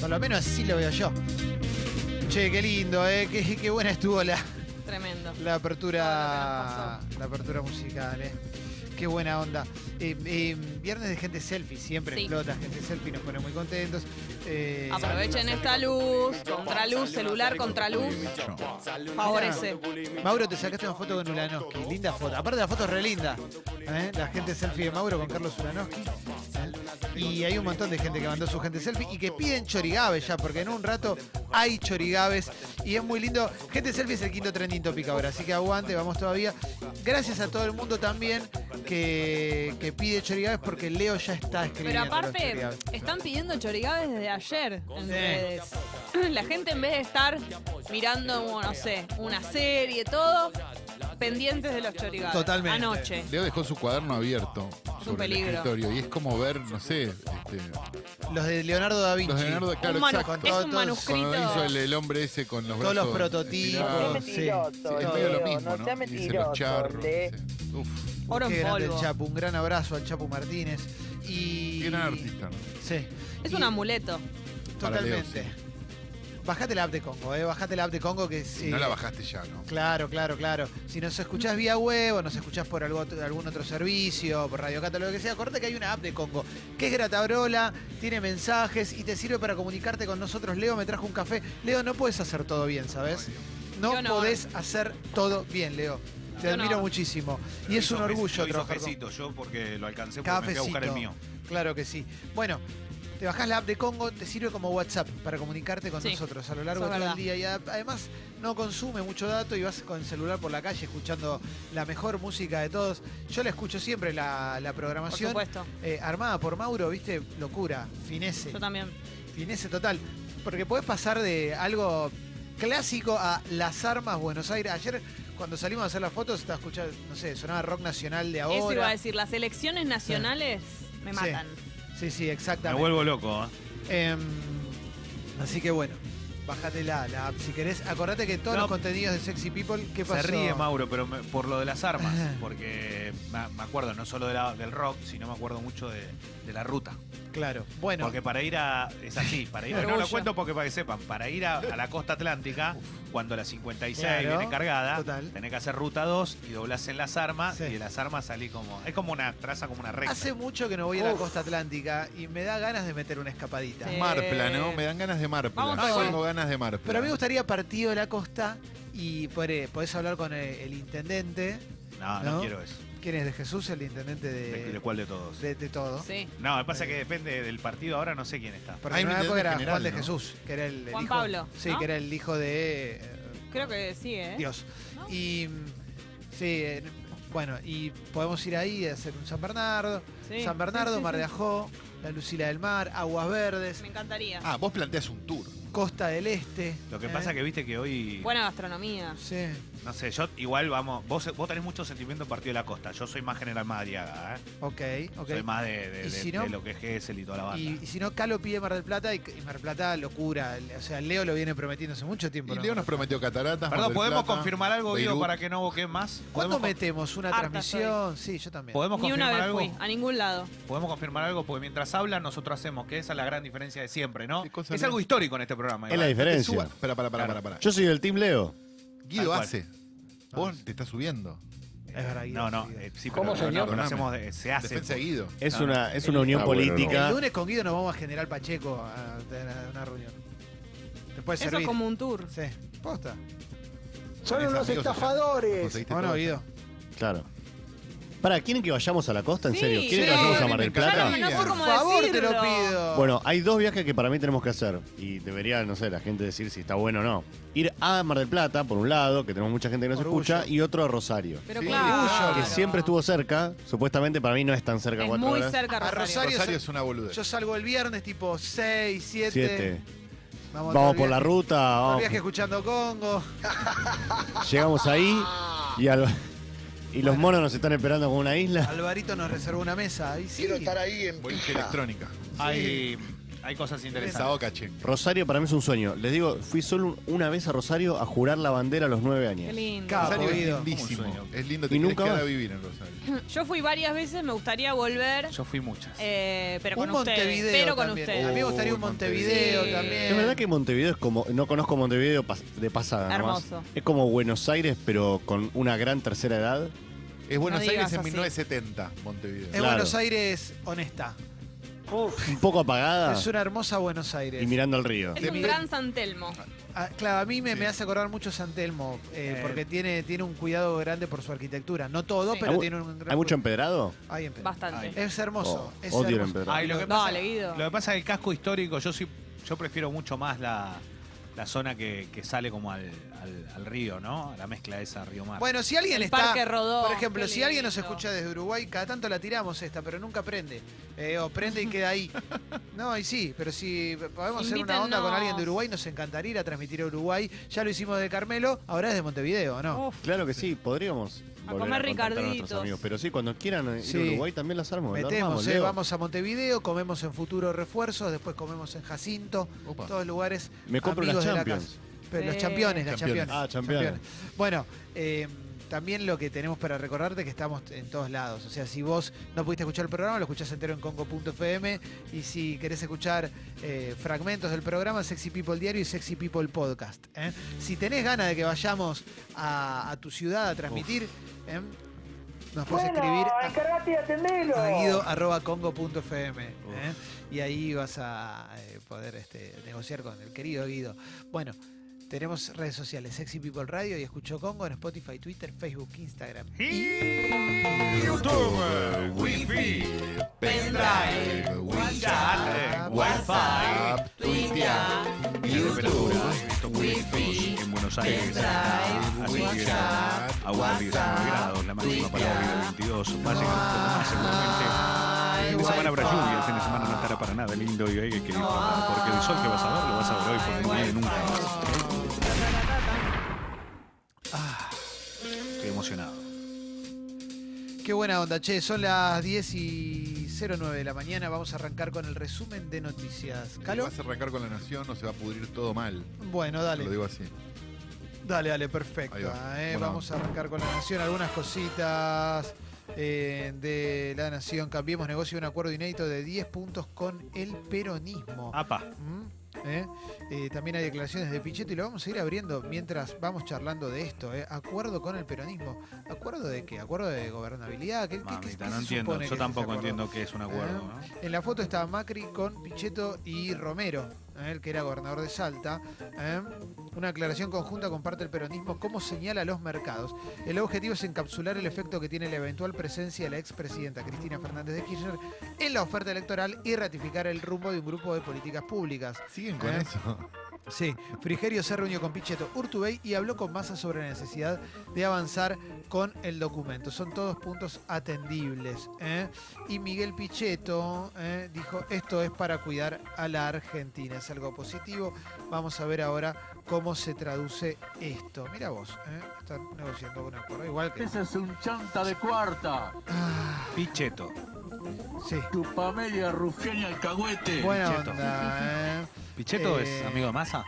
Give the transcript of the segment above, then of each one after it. Por lo menos así lo veo yo. Che, qué lindo, ¿eh? Qué, qué buena estuvo la, Tremendo. la Todo apertura lo que nos pasó. la apertura musical, ¿eh? Qué buena onda. Eh, eh, viernes de gente selfie, siempre Sí. explota gente selfie, nos pone muy contentos. Eh, Aprovechen esta luz, contraluz, celular, contraluz. Favorece. Mauro, te sacaste una foto con Ulanowski. Linda foto. Aparte, la foto es re linda. ¿eh? La gente selfie de Mauro con Carlos Ulanowski. ¿eh? Y hay un montón de gente que mandó su gente selfie y que piden chorigabes ya, porque en un rato hay chorigabes. Y es muy lindo. Gente selfie es el quinto trending topic ahora, así que aguante, vamos todavía. Gracias a todo el mundo también que, que pide chorigabes porque Leo ya está escribiendo. Pero los aparte, chorigabes. están pidiendo chorigabes desde ayer en redes. La gente en vez de estar mirando, bueno, no sé, una serie, todo, pendientes de los chorigabes. Totalmente. Anoche. Leo dejó su cuaderno abierto sobre peligro. el escritorio y es como ver, no sé, este, los de Leonardo da Vinci. los de Leonardo, claro, Un manu- exacto. es Todos- un Cuando hizo el, manuscrito. el hombre ese con los Todos los brazos prototipos. estirados. Sí, Mentiroso, Ah, Sí, es medio lo Leo, no sea mismo, ¿no? Y dice los mentiroso, ¿eh? charros. Leo. dice, Uf, Oro Qué en grande el polvo. Chapu, un gran abrazo al Chapu Martínez. Y... qué gran artista. ¿no? Sí. Es Y- un amuleto. Para Leo, Totalmente. Bajate la app de Congo, eh. Bajate la app de Congo que sí. No la bajaste ya, ¿no? Claro, claro, claro. Si nos escuchás vía web o nos escuchás por algo- algún otro servicio, por Radio Cata, lo que sea, acordate que hay una app de Congo que es gratabrola, tiene mensajes y te sirve para comunicarte con nosotros. Leo me trajo un café. Leo, no puedes hacer todo bien, ¿sabes? No Qué honor. podés hacer todo bien, Leo. Te Qué admiro honor. muchísimo. Y Lo es hizo un Jes- orgullo lo hizo trabajar con- Jesito, yo porque lo alcancé porque me fui a Cafecito. buscar el mío. Claro que sí. Bueno, te bajás la app de Congo, te sirve como WhatsApp para comunicarte con Sí, nosotros a lo largo eso de es todo el verdad. día. Y ad- además no consume mucho dato y vas con el celular por la calle escuchando la mejor música de todos. Yo la escucho siempre, la, la Por programación. supuesto. eh, armada por Mauro, viste, locura, finesse, Yo también. finesse total. Porque podés pasar de algo clásico a Las Armas Buenos Aires. Ayer cuando salimos a hacer las fotos, estaba escuchando, no sé, sonaba rock nacional de ahora. Eso iba a decir, las elecciones nacionales me Sí. matan. Sí, sí, Me exactamente. vuelvo loco, ¿eh? Em, así que bueno, bájate la, la app si querés. Acordate que todos No. los contenidos de Sexy People, ¿qué pasó? Se ríe Mauro, pero me- por lo de las armas, porque me, me acuerdo no solo de la- del rock, sino me acuerdo mucho de, de la ruta. Claro, bueno. Porque para ir a. Es así, para ir a- No Orgullo. lo cuento porque para que sepan, para ir a, a la costa atlántica, cuando la 56 Claro, viene cargada, total. tenés que hacer ruta 2 y doblás en las armas Sí. y de las armas salís como. Es como una traza, como una recta. Hace mucho que no voy a la costa atlántica y me da ganas de meter una escapadita. Sí. Marpla, ¿no? Me dan ganas de Marpla. Eh, Vamos todos. Tengo ganas de Marpla. Pero a mí me gustaría partido de la costa y podré- podés hablar con el, el intendente. No, no, ¿No? quiero eso. ¿Quién es de Jesús? El intendente ¿De, de de, cuál de todos? de- de todo. Sí. No, me pasa que depende del partido, ahora no sé quién está. Porque Hay en un una época intendente era general, Juan de ¿no? Jesús, que era el, el Juan hijo- Pablo, Sí, ¿no? que era el hijo de eh, Creo que sí, ¿eh? Dios. ¿No? Y mm, sí, eh, bueno, y podemos ir ahí a hacer un San Bernardo, Sí. San Bernardo, Sí, sí, Mar de sí. Ajó, la Lucila del Mar, Aguas Verdes, Me encantaría. Ah, vos planteas un tour. Costa del Este. Lo que ¿eh? pasa que viste que hoy. Buena gastronomía. Sí. No sé, yo igual vamos. Vos, vos tenés mucho sentimiento en Partido de la Costa. Yo soy más general Madriaga, ¿eh? Ok, ok. Soy más de, de- de- ¿Y si no? de lo que es Gessel y toda la banda. Y, y si no, Calo pide Mar del Plata y, y Mar del Plata, locura. O sea, Leo lo viene prometiendo hace mucho tiempo. Y ¿no? Leo nos prometió cataratas. Mar Perdón, del ¿podemos Plata, confirmar algo, Guido, Beirut. para que no boquen más? ¿Cuándo ¿Podemos, con- metemos una Harta transmisión? Sí, yo también. ¿podemos Ni una confirmar vez algo? fui, a ningún lado. Podemos confirmar algo porque mientras hablan nosotros hacemos, que esa es la gran diferencia de siempre, ¿no? ¿Qué cosa Es no? algo histórico en este programa. Es la Iván. Te diferencia. suba- Pará, pará, pará, Claro. pará, pará. Yo soy del Team Leo. Guido cual. hace. Vos te estás subiendo. Es verdad, Guido, No, no, Guido. eh, sí, ¿Cómo, pero no, señor? no, lo hacemos de- se hace. Defensa de Guido. Es No, una, es una unión Ah, bueno, no. política. El lunes con Guido nos vamos a General Pacheco a tener una reunión. Te puede Eso servir. es como un tour. Sí, posta. Son Tenés unos amigos allá. Pues estafadores. Conseguiste ¿O no, todo. Guido? Claro. Para, ¿quieren que vayamos a la costa? ¿En Sí. serio? ¿Quieren que Sí. vayamos a Mar del Ya lo Plata? Ya no, no sé Por cómo Por favor, decirlo. te lo pido. Bueno, hay dos viajes que para mí tenemos que hacer y debería, no sé, la gente decir si está bueno o no. Ir a Mar del Plata, por un lado, que tenemos mucha gente que nos Orgullo. escucha, y otro a Rosario. Pero Sí, claro. Que siempre estuvo cerca, supuestamente para mí no es tan cerca Es cuatro muy horas. cerca A Rosario. Rosario. Rosario es una boludez. Yo salgo el viernes tipo 6, 7. Siete. este. Vamos, todo Vamos el por la viaje- ruta, todo el vamos- viaje escuchando Congo. llegamos ahí y, al- y los monos nos están esperando con una isla. Alvarito nos reservó una mesa. Y sí, Quiero estar ahí en Boliche pija. electrónica. Hay, hay hay cosas interesantes. Desahoga, che. Rosario para mí es un sueño. Les digo, fui solo un- una vez a Rosario a jurar la bandera a los nueve Qué años. lindo. Capo. Rosario es Guido. ¿Cómo lindísimo. sueño? Es lindo, Y te querés nunca quedar más. a vivir en Rosario. Yo fui varias veces, me gustaría volver, Yo fui muchas. eh, pero un con ustedes. Montevideo pero con también. ustedes. A mí me gustaría un Uy, Montevideo Montevideo. también. Uh, Es verdad que Montevideo es como. No conozco Montevideo pas- de pasada, nomás. Hermoso. Es como Buenos Aires, pero con una gran tercera edad. Es Buenos digas Aires en así. 1970, Montevideo. Es Claro. Buenos Aires honesta. Un poco apagada Es una hermosa Buenos Ah. Aires. y mirando al río. Es De un mi- gran San Telmo. Ah, claro, a mí me, Sí. me hace acordar mucho San Telmo, eh, Eh. porque tiene, tiene un cuidado grande por su arquitectura. No todo, Sí. pero Hay mu- tiene un gran ¿Hay mucho empedrado? Ay, en Pedro. Bastante. Ay. Es hermoso. Oh, es odio el hermoso. empedrado. Ay, lo que pasa, Dale, Guido. Lo que pasa es que el casco histórico, yo sí, yo prefiero mucho más la, la zona que, que sale como al, al- al río, ¿no? La mezcla esa río-mar. Bueno, si alguien El está. Parque Rodó, por ejemplo, Oh, qué si alguien nos lindo. escucha desde Uruguay, cada tanto la tiramos esta, pero nunca prende. Eh, o prende y queda ahí. No, y sí, pero si podemos hacer una onda con alguien de Uruguay, nos encantaría ir a transmitir a Uruguay. Ya lo hicimos de Carmelo, ahora es de Montevideo, ¿no? Uf, Claro que sí, podríamos. A volver comer contactar a nuestros ricarditos. amigos. Pero sí, cuando quieran ir Sí. a Uruguay también las armamos. la Metemos, armamos, eh, Leo. vamos a Montevideo, comemos en futuro refuerzos, después comemos en Jacinto, Opa. todos lugares. Me compro amigos las de la Champions. casa. Pero los Sí. campeones, las Campeones. Ah, campeones. campeones. Bueno, eh, también lo que tenemos para recordarte es que estamos en todos lados. O sea, si vos no pudiste escuchar el programa, lo escuchás entero en congo.fm. Y si querés escuchar eh, fragmentos del programa, Sexy People Diario y Sexy People Podcast. ¿eh? Si tenés ganas de que vayamos a, a tu ciudad a transmitir, ¿eh? nos podés escribir a- encargate y atendelo. a guido.congo.fm ¿eh? y ahí vas a eh, poder este, negociar con el querido Guido. Bueno, tenemos redes sociales, Sexy People Radio y Escucho Congo en Spotify, Twitter, Facebook, Instagram. YouTube, Wi-Fi, pendrive, WhatsApp, WhatsApp, Twitter, YouTube, Wi-Fi, en Buenos Aires. Así que WhatsApp, aguarde que están grados, la máxima para hoy de 22. Va a llegar un poco más seguramente. El fin de semana habrá lluvia, el fin de semana no estará para nada lindo y hoy hay que disfrutar porque el sol que vas a ver lo vas a ver hoy porque no hay nunca más. Ah, Estoy emocionado. Qué buena onda, che, son las 10 y 09 de la mañana, vamos a arrancar con el resumen de noticias. ¿Calo? ¿Vas a arrancar con la nación o se va a pudrir todo mal? Bueno, Te Lo dale, digo así. dale, dale, perfecto. Ahí va. eh. Buena Vamos a arrancar con la Nación, algunas cositas. eh, de la Nación, cambiemos negocio, un acuerdo inédito de 10 puntos con el peronismo. Apa. Mm, ¿eh? Eh, también hay declaraciones de Pichetto y lo vamos a ir abriendo mientras vamos charlando de esto. ¿eh? Acuerdo con el peronismo. ¿Acuerdo de qué? ¿Acuerdo de gobernabilidad? ¿Qué, qué- qué- qué Mamita, se no entiendo. supone que Yo es ese tampoco acuerdo? entiendo qué es un acuerdo. ¿no? En la foto está Macri con Pichetto y Romero, ¿eh? el que era gobernador de Salta. ¿eh? Una aclaración conjunta comparte el peronismo cómo señala los mercados. El objetivo es encapsular el efecto que tiene la eventual presencia de la expresidenta Cristina Fernández de Kirchner en la oferta electoral y ratificar el rumbo de un grupo de políticas públicas. ¿Siguen con ¿Eh? eso? Sí, Frigerio se reunió con Pichetto Urtubey y habló con Massa sobre la necesidad de avanzar con el documento. Son todos puntos atendibles. ¿eh? Y Miguel Pichetto ¿eh? dijo, esto es para cuidar a la Argentina. Es algo positivo. Vamos a ver ahora cómo se traduce esto. Mira vos, ¿eh? están negociando un acuerdo. Igual que... Ese es un chanta de cuarta. Ah, Picheto. sí, Tu pamelia rufián y alcahuete. buena Pichetto. onda. ¿eh? ¿Picheto Eh, es amigo de Massa?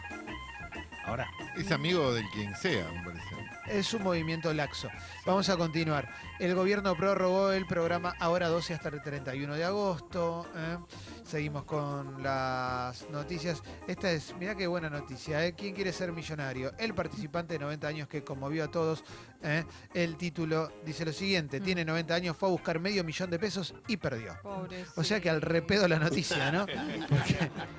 Ahora. Es amigo del quien sea, me parece. Es un movimiento laxo. Vamos a continuar. El gobierno prorrogó el programa ahora 12 hasta el 31 de agosto. ¿eh? Seguimos con las noticias. Esta es, mirá qué buena noticia. ¿eh? ¿Quién quiere ser millonario? El participante de 90 años que conmovió a todos. ¿eh? El título dice lo siguiente. Mm. Tiene 90 años, fue a buscar medio millón de pesos y perdió. pobre. O sea que al repedo la noticia, ¿no?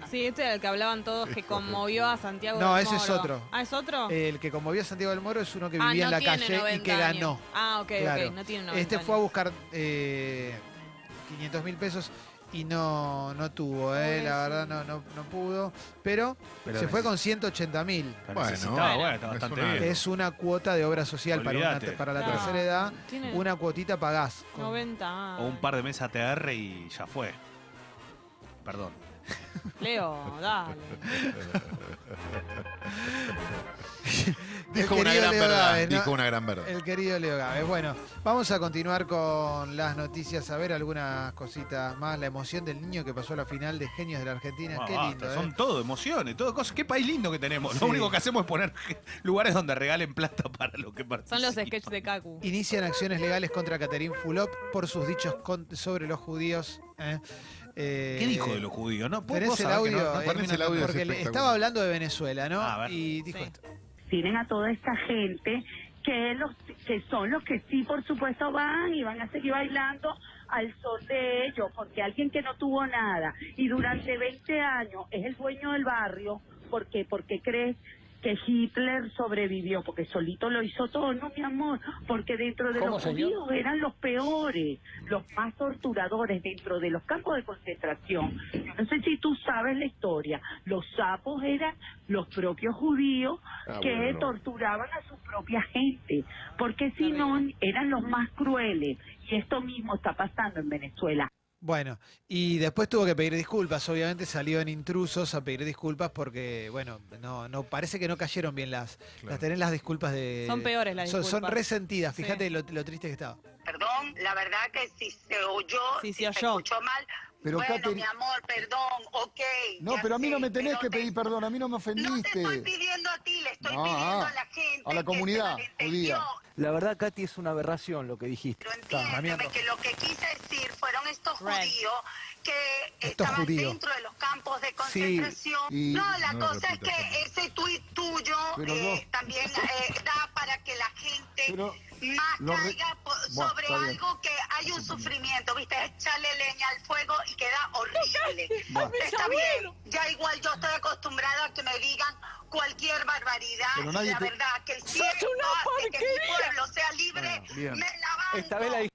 Sí, este era el que hablaban todos que conmovió a Santiago No, del ese es Moro. otro. Eh, Ah, ¿es otro? El que conmovió a Santiago del Moro es uno que ah, no vivía en la tiene calle y 90 que ganó. años. Ah, ok, Claro. ok, no tiene 90 Este fue a años. buscar 500 mil pesos y no, no tuvo, eh, la verdad no, no, no pudo, pero, Pero se fue neces- con 1180 mil. pero Bueno, necesitaba, bueno, está es bastante una- bien. Es una cuota de obra social para, una- Olvídate. para la No, tercera edad. Tiene Una cuotita pagás. con- 90 O un par de mesas TR y ya fue. Perdón. Leo, dale. Dijo El una querido gran Leo verdad. Gávez, ¿no? Dijo una gran verdad. El querido Leo Gávez. Bueno, vamos a continuar con las noticias, a ver algunas cositas más. La emoción del niño que pasó a la final de Genios de la Argentina. Ah, Qué basta, lindo, son ¿eh? todo emociones, todo cosas. Qué país lindo que tenemos. Sí. Lo único que hacemos es poner lugares donde regalen plata para lo que Son participan. los sketches de Kaku. Inician acciones legales contra Caterín Fulop por sus dichos con- sobre los judíos. ¿eh? Eh, ¿Qué dijo de los judíos? No, Vos- vos Tenés el sabés que no- audio, no eh, termina Ponés el audio, es porque le- espectacular. estaba hablando de Venezuela, ¿no? Ah, a ver. y dijo Sí. esto. tienen a toda esta gente que los que son los que sí por supuesto van y van a seguir bailando al sol de ellos porque alguien que no tuvo nada y durante 20 años es el dueño del barrio porque porque crees que Hitler sobrevivió porque solito lo hizo todo no mi amor porque dentro de los judíos eran los peores los más torturadores dentro de los campos de concentración Yo no sé si tú sabes la historia los sapos eran los propios judíos Ah, que bueno, no. torturaban a su propia gente, porque si no eran los más crueles. Y esto mismo está pasando en Venezuela. Bueno, y después tuvo que pedir disculpas, obviamente salió en intrusos a pedir disculpas porque, bueno, no, no parece que no cayeron bien las, las tenés las disculpas de... Son peores las Son, son disculpas. resentidas, Sí. fíjate lo, lo triste que estaba. Perdón, la verdad que si se oyó, Sí, si, se se oyó. escuchó mal, Pero, bueno, Catherine- mi amor, perdón, ok. No, ya pero a mí sé, no me tenés pero que te- pedir perdón, a mí no me No te ofendiste. estoy pidiendo a ti, le estoy No, pidiendo ah, a la gente. a la que comunidad se malentendió. judía. La verdad, Katy, es una aberración lo que dijiste. Pero mierda. entiéndeme que lo que quise decir fueron estos Right. judíos que Estos estaban judíos. dentro de los campos de Sí, concentración. y- no, la No lo cosa es repitas, que ese tuit tuyo Pero eh, no. también eh, da para que la gente Pero más lo re- caiga po- Buah, sobre está bien. algo que hay un sufrimiento, ¿viste? Echarle leña al fuego y queda horrible. Buah. Está bien, ya igual yo estoy acostumbrada a que me digan cualquier barbaridad. Pero y nadie la te- verdad, que el cielo hace que mi pueblo sea libre, Bueno, bien. me la banco. Esta vez la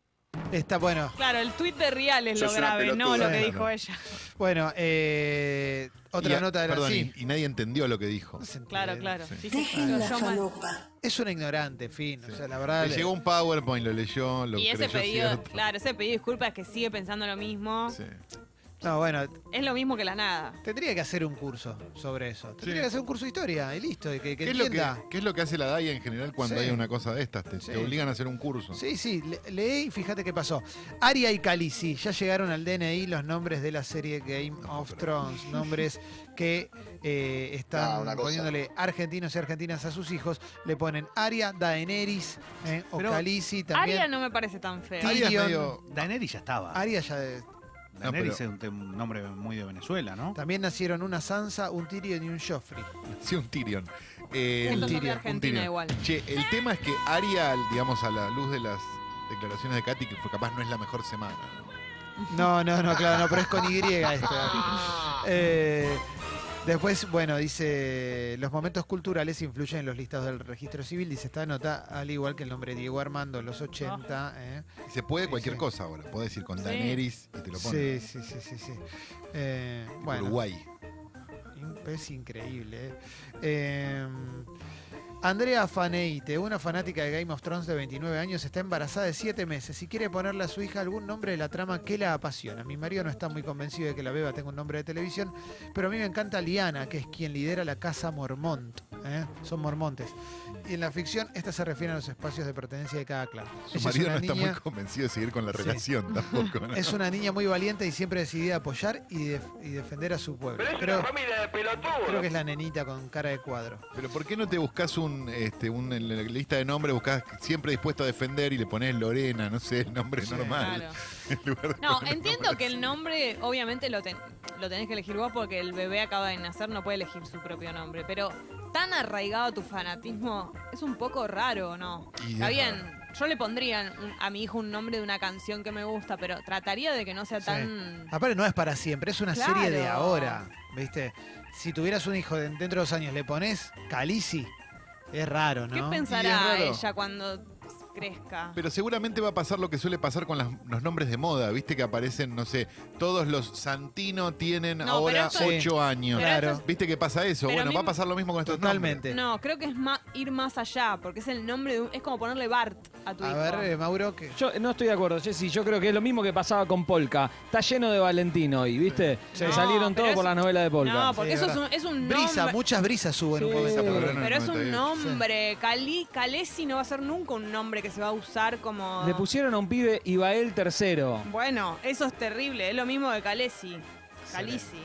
Está bueno. Claro, el tuit de Real es lo Sos una grave, no lo pelotuda. que Claro. dijo ella. Bueno, eh, otra Y a- nota de la... perdón, sí. y, y nadie entendió lo que dijo. No se entiende. Claro, claro. Sí, Sí. sí, sí, lo oyó mal. Es una ignorante, fin. O sea, la verdad... Le llegó un PowerPoint, lo leyó, lo Y ese creyó pedido, cierto. claro, ese pedido de disculpas que sigue pensando lo mismo. Sí. No, bueno, Es lo mismo que la nada. tendría que hacer un curso sobre eso. Tendría Sí. que hacer un curso de historia y listo, y que, que ¿Qué, es lo que, entienda. qué es lo que hace la DAIA en general cuando Sí. hay una cosa de estas? Te, te Sí. obligan a hacer un curso. Sí, sí, le- leí y fíjate qué pasó. Aria y Khaleesi, ya llegaron al DNI los nombres de la serie Game of Thrones, nombres que eh, Ah, están una cosa. poniéndole argentinos y argentinas a sus hijos. Le ponen Aria, Daenerys eh, o Pero Khaleesi Aria también. no me parece tan fea. Ti- Ahí es Tyrion. medio- Daenerys ya estaba. Aria ya eh, Daenerys pero- es un, tem- un nombre muy de Venezuela, ¿no? también nacieron una Sansa, un Tyrion y un Joffrey. Sí, un Tyrion. Eh, Esto un es Tyrion, de un Argentina Tyrion. igual. Che, el tema es que Aria, digamos, a la luz de las declaraciones de Katy, que fue capaz no es la mejor semana. No, no, no, claro, no, pero es con Y esto. Eh, después, bueno, dice, los momentos culturales influyen en los listados del registro civil, dice esta nota, al igual que el nombre Diego Armando en los 80. ¿eh? Y se puede Sí, cualquier sí. cosa ahora. Podés ir con Sí. Daenerys y te lo Sí, ponen. sí, sí, sí, sí. Eh, Tipo bueno, Uruguay. in- es increíble. eh. Eh, Andrea Faneite, una fanática de Game of Thrones de 29 años, está embarazada de 7 meses y quiere ponerle a su hija algún nombre de la trama que la apasiona. Mi marido no está muy convencido de que la beba tenga un nombre de televisión, pero a mí me encanta Liana, que es quien lidera la casa Mormont. ¿eh? Son mormontes. Y en la ficción, esta se refiere a los espacios de pertenencia de cada clan. Ella Su es marido una no está niña- muy convencido de seguir con la Sí. relación tampoco. ¿no? Es una niña muy valiente y siempre decidida a apoyar y, def- y defender a su pueblo. Creo, familia de pelotudos. creo que es la nenita con cara de cuadro. Pero ¿por qué no te buscas un, este, un, en la lista de nombres, buscas siempre dispuesto a defender y le pones Lorena, no sé, el nombre Sí, normal? Claro. en lugar de No, poner entiendo nombres. que el nombre, obviamente, lo, ten- lo tenés que elegir vos porque el bebé acaba de nacer, no puede elegir su propio nombre. Pero tan arraigado tu fanatismo es un poco raro, ¿no? Y Está es bien, yo le pondría un- a mi hijo un nombre de una canción que me gusta, pero trataría de que no sea Sí. Ah, tan. Aparte no es para siempre, es una Claro. serie de ahora, ¿viste? Si tuvieras un hijo de- dentro de dos años, le pones Calisi, es raro, ¿Qué ¿no? pensará raro. ella cuando crezca. Pero seguramente va a pasar lo que suele pasar con las- los nombres de moda, viste que aparecen, no sé, todos los Santino tienen No, ahora pero esto- ocho años. pero esto Viste que pasa eso. pero a Bueno, mí va a me- pasar lo mismo con estos Totalmente. No, creo que es ma- ir más allá, porque es el nombre de un, es como ponerle Bart a tu A hijo. ver, eh, Mauro, que. Yo no estoy de acuerdo, Jessy. Yo creo que es lo mismo que pasaba con Polka. Está lleno de Valentino y ¿viste? Sí. Se No, salieron pero todos es- por la novela de Polka. No, porque Sí, eso es verdad. un, es un Brisa, nombre. muchas brisas suben un Sí. poco esa palabra. nombres. Pero es un 91. nombre. Cali, Calesi no va a ser nunca un nombre que se va a usar como. Le pusieron a un pibe Ibael tercero. Bueno, eso es terrible. Es lo mismo de Calesi. Calisi.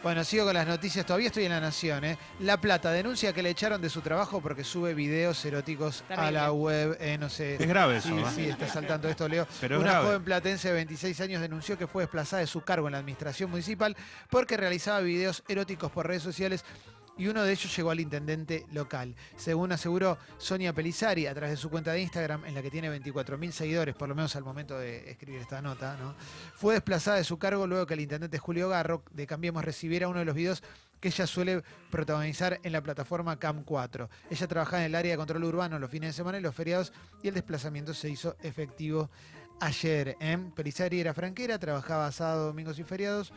Bueno, sigo con las noticias. Todavía estoy en La Nación, ¿eh? La Plata denuncia que le echaron de su trabajo porque sube videos eróticos a Terrible. la web. eh, no sé. Es grave eso, Sí, ¿eh? sí, está saltando esto, Leo. Pero es Una grave. joven platense de 26 años denunció que fue desplazada de su cargo en la administración municipal porque realizaba videos eróticos por redes sociales. Y uno de ellos llegó al intendente local. Según aseguró Sonia Pelizari, a través de su cuenta de Instagram, en la que tiene 24.000 seguidores, por lo menos al momento de escribir esta nota, ¿no? fue desplazada de su cargo luego que el intendente Julio Garro de Cambiemos recibiera uno de los videos que ella suele protagonizar en la plataforma CAM4. Ella trabajaba en el área de control urbano los fines de semana y los feriados y el desplazamiento se hizo efectivo ayer. ¿eh? Pelizari era franquera, trabajaba sábado, domingos y feriados.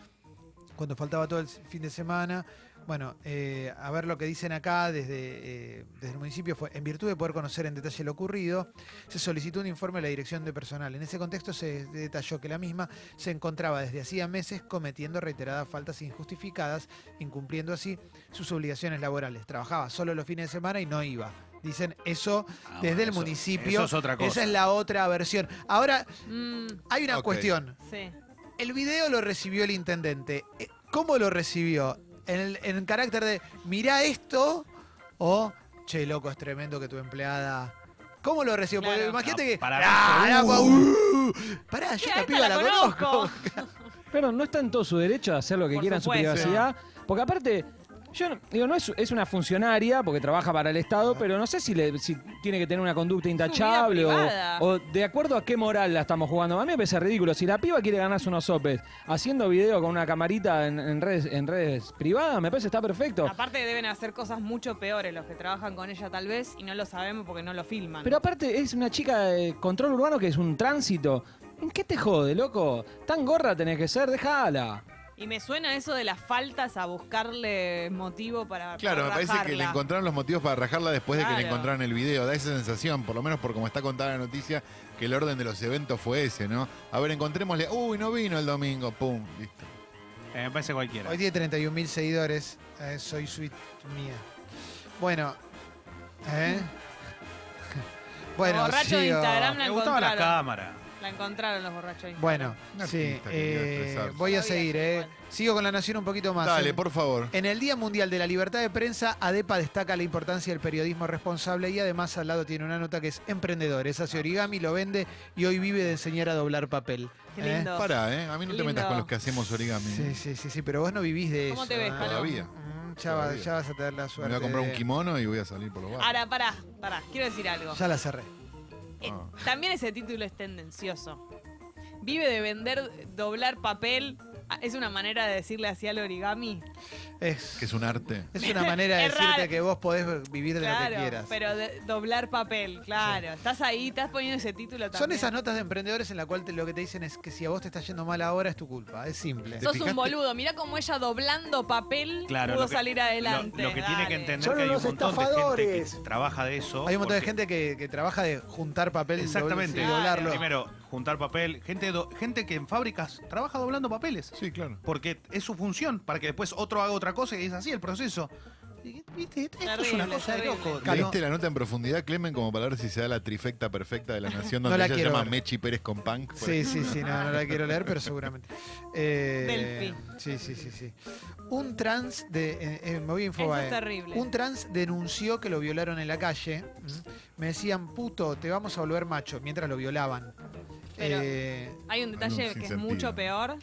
Cuando faltaba todo el fin de semana, bueno, eh, a ver lo que dicen acá desde, eh, desde el municipio fue, en virtud de poder conocer en detalle lo ocurrido, se solicitó un informe a la dirección de personal. En ese contexto se detalló que la misma se encontraba desde hacía meses cometiendo reiteradas faltas injustificadas, incumpliendo así sus obligaciones laborales. Trabajaba solo los fines de semana y no iba. Dicen eso Ah, desde bueno, el eso- municipio. eso es otra cosa. Esa es la otra versión. Ahora, Mm, hay una Ok. cuestión. sí. El video lo recibió el intendente. Eh, ¿Cómo lo recibió? ¿En, el- en el carácter de mirá esto o che, loco, es tremendo que tu empleada. ¿Cómo lo recibió? Porque Claro. imagínate No, que. para ¡Ah, mí la fue, gua- uh! Pará, yo Che, a esta esta piba la, conozco. Pero no está en todo su derecho de hacer lo que Por quiera en su supuesto. privacidad. Porque aparte, yo no- digo, no es, es una funcionaria porque trabaja para el Estado, pero no sé si, le- si tiene que tener una conducta intachable o, privada. o de acuerdo a qué moral la estamos jugando. A mí me parece ridículo. Si la piba quiere ganarse unos sopes haciendo video con una camarita en, en redes, en redes privadas, me parece está perfecto. Aparte deben hacer cosas mucho peores los que trabajan con ella tal vez y no lo sabemos porque no lo filman. Pero aparte es una chica de control urbano que es un tránsito. ¿En qué te jode, loco? Tan gorra tenés que ser, déjala. y me suena eso de las faltas a buscarle motivo para Claro, me para parece que le rajarla. encontraron los motivos para rajarla después de que le Claro. encontraron el video. Da esa sensación, por lo menos por como está contada la noticia, que el orden de los eventos fue ese, ¿no? A ver, encontrémosle. Uy, no vino el domingo. Pum, listo. Eh, me parece cualquiera. Hoy tiene 31.000 seguidores. Eh, soy suite mía. Bueno. ¿eh? Bueno, borracho de sigo. Instagram la Me gustaba la encontraron. cámara. La encontraron los borrachos de Instagram. Bueno, Un sí. artista que quiere eh, expresarse. voy a Está bien, seguir, ¿eh? igual. Sigo con la nación un poquito más. Dale, ¿eh? por favor. En el Día Mundial de la Libertad de Prensa, ADEPA destaca la importancia del periodismo responsable y además al lado tiene una nota que es emprendedores. Hace origami, lo vende y hoy vive de enseñar a doblar papel. Qué ¿Eh? lindo. Pará, ¿eh? A mí no te Lindo. metas con los que hacemos origami. ¿eh? Sí, sí, sí, sí, pero vos no vivís de ¿Cómo eso. te ves, ¿eh? Calo? Todavía. Mm, Ya, va- Todavía. ya vas a tener la Me suerte. voy a comprar un de- kimono y voy a salir por los barrios. Ahora, pará, pará, quiero decir algo. Ya la cerré. Eh, Ah. también ese título es tendencioso. Vive de vender, doblar papel. Ah, Es una manera de decirle así al origami. Es, Que es un arte. es una manera de Es raro. decirte que vos podés vivir de lo que Claro, quieras. pero de- doblar papel, claro. Estás ahí, estás poniendo ese título también. Son esas notas de emprendedores en la cual te- lo que te dicen es que si a vos te está yendo mal ahora es tu culpa. Es simple. ¿Te Sos fijaste? un boludo. Mirá cómo ella doblando papel Claro, pudo lo que- salir adelante. Lo, lo que tiene que Dale. entender Son que hay un unos montón de gente que estafadores. trabaja de eso. Hay un montón de porque- gente que, que trabaja de juntar papel y dobl- Exactamente. y doblarlo. Primero, juntar papel. Gente, do- gente que en fábricas trabaja doblando papeles. Sí, claro. Porque es su función, para que después otro haga otra cosa y es así el proceso. Y, ¿Viste? Esto es una Terrible, cosa de terrible. loco. ¿Leíste Este- la nota en profundidad, Clemen, como para ver si se da la trifecta perfecta de la nación No donde la ella se quiero llama ver. Mechi Pérez con Punk? por Sí, sí, sí, no, no la quiero leer, pero seguramente. Eh, sí, sí, sí, sí. Un trans de. eh, eh, me voy a Eso Infobae. es terrible. Un trans denunció que lo violaron en la calle. ¿Mm? Me decían, puto, te vamos a volver macho, mientras lo violaban. Pero- Eh, Hay un detalle Algo sin que es sentido. mucho peor,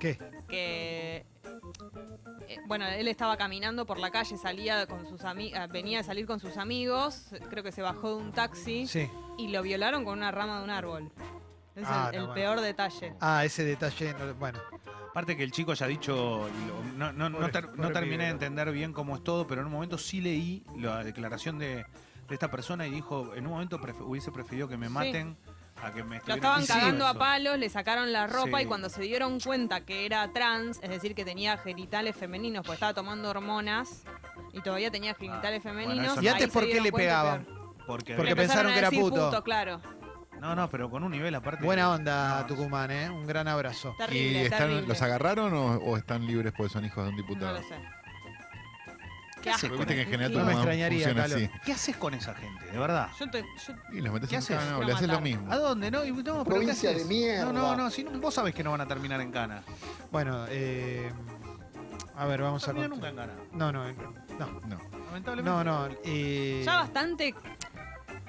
¿Qué? que... eh, Bueno, él estaba caminando por la calle, salía con sus ami- ah, venía a salir con sus amigos, creo que se bajó de un taxi Sí. y lo violaron con una rama de un árbol. Es Ah, el, no, el bueno. peor detalle. Ah, ese detalle. no lo- bueno, Aparte que el chico haya dicho, y lo- no, no, no Pobre- ter- no pobre terminé pibe, de ¿no? entender bien cómo es todo, pero en un momento sí leí la declaración de, de esta persona y dijo, en un momento pref- hubiese preferido que me Sí. maten a que Lo me estuvieran estaban haciendo cagando a eso". palos, le sacaron la ropa Sí. y cuando se dieron cuenta que era trans, es decir, que tenía genitales femeninos, porque estaba tomando hormonas y todavía tenía Ah, genitales femeninos. eso ¿Y no. antes ahí por se qué dieron le cuenta pegaban? peor. Porque, Porque Le empezaron pensaron a que era decir puto. claro. No, no, pero con un nivel aparte. Buena onda, Tucumán, ¿eh? Un gran abrazo. Terrible, ¿Y están- terrible. los agarraron o, o están libres porque son hijos de un No diputado? lo sé. ¿Qué haces Porque con viste que esa- en general No me Tucumán extrañaría, funciona Calo. así. ¿Qué haces con esa gente? De verdad. Yo te- yo- Eh. Y los metes ¿Qué en haces? cana, o Lo le haces lo mataron. mismo. ¿A dónde? No, y- no pero ¿qué Provincia de haces? mierda. No, no, no. Si, no- vos sabés que no van a terminar en cana. Bueno, eh, a ver, No vamos a... terminan nunca continuar. en cana. No, no, no. No. Lamentablemente. No, no. eh, Ya bastante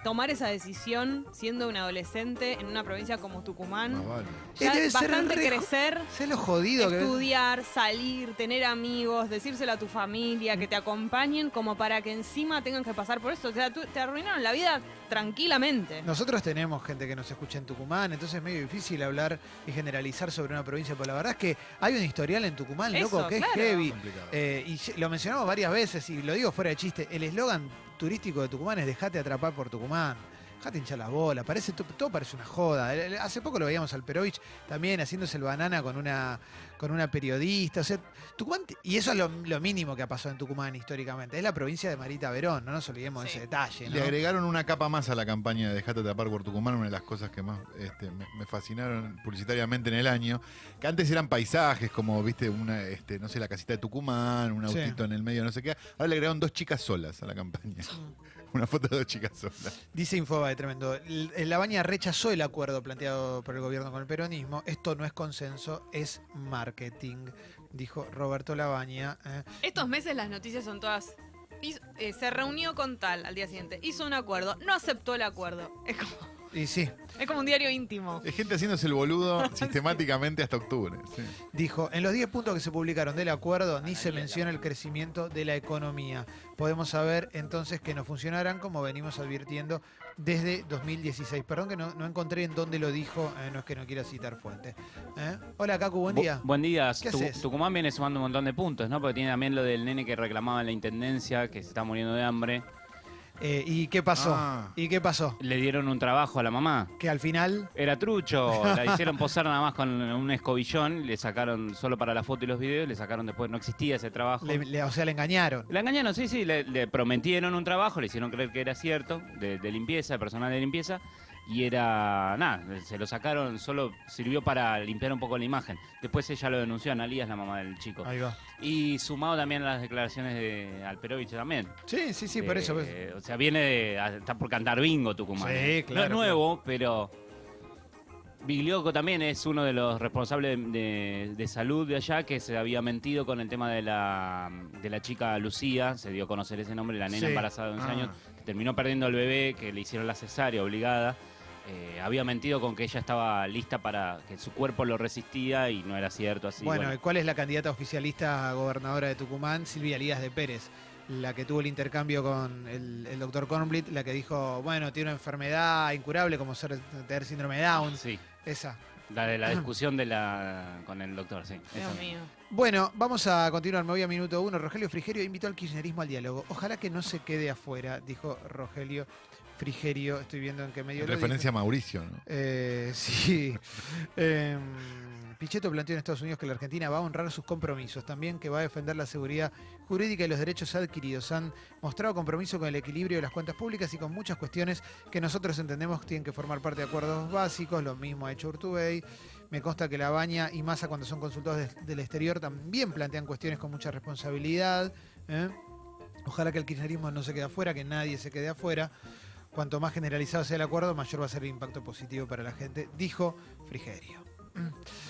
tomar esa decisión siendo un adolescente en una provincia como Más Tucumán. vale. Ya eh, Debe ser bastante re- crecer. Sé lo jodido que... Estudiar, salir, tener amigos, decírselo a tu familia, que te acompañen, como para que encima tengan que pasar por eso. O sea, tú- te arruinaron la vida tranquilamente. Nosotros tenemos gente que nos escucha en Tucumán, entonces es medio difícil hablar y generalizar sobre una provincia, pero la verdad es que hay un historial en Tucumán, Eso, loco, que claro. es heavy. Complicado. Eh, y ye- lo mencionamos varias veces y lo digo fuera de chiste. El eslogan turístico de Tucumán es dejate atrapar por Tucumán. Dejate hinchar las bolas. Parece, to- todo parece una joda. El- el- Hace poco lo veíamos al Perovich también haciéndose el banana con una, con una periodista. O sea, Tucumán, te- y eso es lo, lo mínimo que ha pasado en Tucumán históricamente. Es la provincia de Marita Verón, no nos olvidemos de Sí. ese detalle. ¿no? Le agregaron una capa más a la campaña de Dejate atrapar por Tucumán, una de las cosas que más este, me, me fascinaron publicitariamente en el año, que antes eran paisajes como, viste, una, este, no sé, la casita de Tucumán, un Sí. autito en el medio, no sé qué. Ahora le agregaron dos chicas solas a la campaña. una foto de dos chicas solas. Dice Infobae, tremendo. L- La Baña rechazó el acuerdo planteado por el gobierno con el peronismo. Esto no es consenso, es marketing, dijo Roberto Labaña. ¿eh? Estos meses las noticias son todas. hizo- eh, se reunió con tal al día siguiente, hizo un acuerdo, no aceptó el acuerdo. Es como, Y sí, es como un diario íntimo. Es gente haciéndose el boludo sistemáticamente hasta octubre. sí. Dijo, en los 10 puntos que se publicaron del acuerdo ni se menciona el crecimiento de la economía. Podemos saber entonces que no funcionarán como venimos advirtiendo desde 2016. Perdón que no, no encontré en dónde lo dijo, eh, no es que no quiera citar fuente. ¿Eh? Hola Cacu, buen Bu- día. Buen día. ¿Qué Tu- haces? Tucumán viene sumando un montón de puntos, ¿no? Porque tiene también lo del nene que reclamaba en la intendencia, que se está muriendo de hambre. Eh, ¿Y qué pasó? Ah. ¿Y qué pasó? Le dieron un trabajo a la mamá. Que al final... Era trucho, la hicieron posar nada más con un escobillón, le sacaron solo para la foto y los videos, le sacaron después, no existía ese trabajo. le- le- o sea, le engañaron. La engañaron, sí, sí, le, le prometieron un trabajo, le hicieron creer que era cierto, de, de limpieza, de personal de limpieza, y era, nada, se lo sacaron, solo sirvió para limpiar un poco la imagen. Después ella lo denunció, Analía es la mamá del chico. Ahí va. Y sumado también a las declaraciones de Alperovich también. Sí, sí, sí, De- por eso. pues. Eh, O sea, viene de, está por cantar bingo Tucumán. Sí, ¿eh? claro, No es nuevo, pero... Biglioco también es uno de los responsables de, de- de salud de allá que se había mentido con el tema de la, de la chica Lucía, se dio a conocer ese nombre, la nena Sí. embarazada de 11 Ah. años, que terminó perdiendo al bebé, que le hicieron la cesárea obligada. Eh, había mentido con que ella estaba lista para que su cuerpo lo resistía y no era cierto así. bueno, eh, bueno. ¿y ¿cuál es la candidata oficialista a gobernadora de Tucumán? Silvia Lías de Pérez, la que tuvo el intercambio con el, el doctor Kornblit, la que dijo, bueno, tiene una enfermedad incurable como ser, tener síndrome de Down. Sí, Esa. la de la discusión de la, con el doctor, sí. esa Dios misma. mío. Bueno, vamos a continuar. Me voy a minuto uno. Rogelio Frigerio invitó al kirchnerismo al diálogo. Ojalá que no se quede afuera, dijo Rogelio Frigerio. Estoy viendo en qué medio. En lo dijo. referencia a Mauricio, ¿no? Eh, sí. Em, Pichetto planteó en Estados Unidos que la Argentina va a honrar sus compromisos, también que va a defender la seguridad jurídica y los derechos adquiridos. Han mostrado compromiso con el equilibrio de las cuentas públicas y con muchas cuestiones que nosotros entendemos que tienen que formar parte de acuerdos básicos. Lo mismo ha hecho Urtubey. Me consta que La Baña y Massa, cuando son consultados des- del exterior, también plantean cuestiones con mucha responsabilidad. ¿eh? Ojalá que el kirchnerismo no se quede afuera, que nadie se quede afuera. Cuanto más generalizado sea el acuerdo, mayor va a ser el impacto positivo para la gente, dijo Frigerio. Mm.